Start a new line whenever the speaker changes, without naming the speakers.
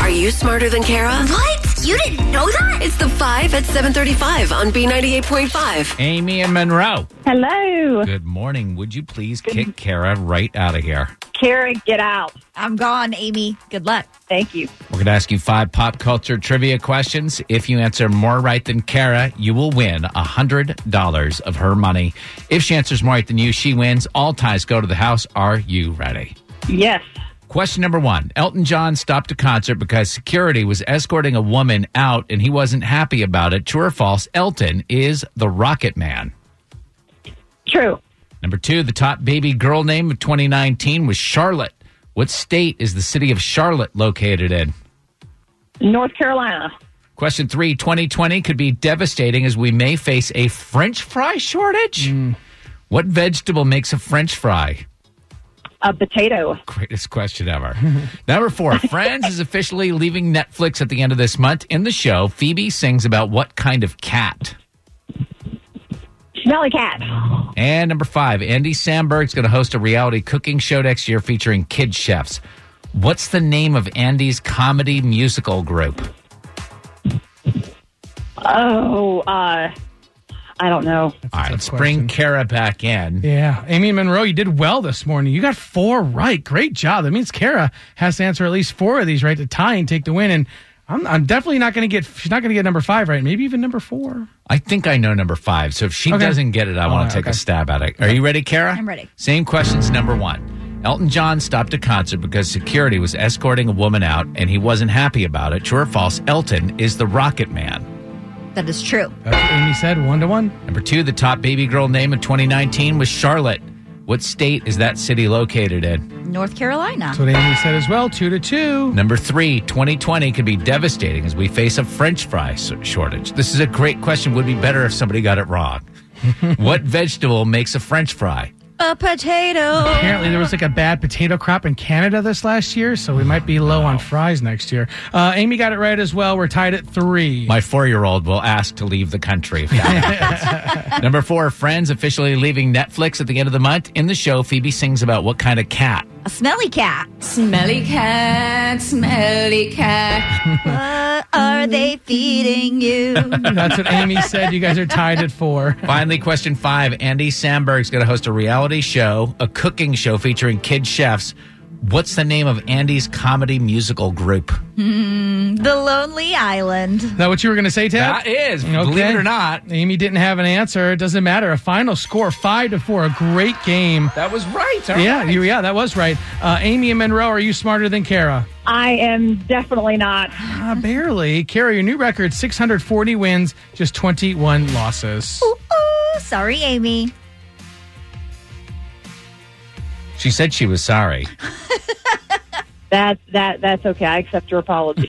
Are you smarter than Kara?
What? You didn't know that?
It's the 5 at 735 on B98.5.
Amy and Monroe.
Hello.
Good morning. Would you please kick Kara right out of here?
Kara, get out.
I'm gone, Amy. Good luck.
Thank you.
We're going to ask you five pop culture trivia questions. If you answer more right than Kara, you will win $100 of her money. If she answers more right than you, she wins. All ties go to the house. Are you ready?
Yes.
Question number one Elton John stopped a concert because security was escorting a woman out and he wasn't happy about it. True or false? Elton is the Rocket Man.
True.
Number two, the top baby girl name of 2019 was Charlotte. What state is the city of Charlotte located in?
North Carolina.
Question three 2020 could be devastating as we may face a French fry shortage. What vegetable makes a French fry?
A potato.
Greatest question ever. Number four Friends is officially leaving Netflix at the end of this month. In the show, Phoebe sings about what kind of cat?
Smelly cat.
And number five, Andy Samberg's going to host a reality cooking show next year featuring kid chefs. What's the name of Andy's comedy musical group?
Oh, uh, I don't know.
All right, let's bring Kara back in.
Yeah, Amy Monroe, you did well this morning. You got four right. Great job. That means Kara has to answer at least four of these right to tie and take the win. And I'm, I'm definitely not going to get. She's not going to get number five right. Maybe even number four.
I think I know number five. So if she
Okay.
doesn't get it, I
All
want
right,
to take a
okay.
stab at it. Are you ready, Kara?
I'm ready.
Same questions, number one. Elton John stopped a concert because security was escorting a woman out and he wasn't happy about it. True or false, Elton is the Rocket Man.
That is true.
That's what Amy said one to one.
Number two, the top baby girl name of 2019 was Charlotte. What state is that city located in?
North Carolina.
That's what Amy said as well. Two to two.
Number three, 2020 could be devastating as we face a French fry s- shortage. This is a great question. Would be better if somebody got it wrong. what vegetable makes a French fry?
A potato.
Apparently, there was like a bad potato crop in Canada this last year, so we might be low on fries next year. Uh, Amy got it right as well. We're tied at three.
My four year old will ask to leave the country. if that happens. Number four, Friends officially leaving Netflix at the end of the month. In the show, Phoebe sings about what kind of cat.
A smelly cat.
Smelly cat, smelly cat.
What are they feeding you?
That's what Amy said. You guys are tied at four.
Finally, question five. Andy Samberg's going to host a reality show, a cooking show featuring kid chefs. What's the name of Andy's comedy musical group?
the Lonely Island.
Is that what you were going to say, Ted?
That is, believe
Okay.
it or not,
Amy didn't have an answer. It doesn't matter. A final score five to four. A great game.
that was right. All
Yeah,
right.
you, yeah, that was right. Uh, Amy and Monroe, are you smarter than Kara?
I am definitely not.
Uh, barely. Kara, your new record: six hundred forty wins, just twenty-one losses.
Ooh, ooh, sorry, Amy.
She said she was sorry.
That that that's okay. I accept your apology.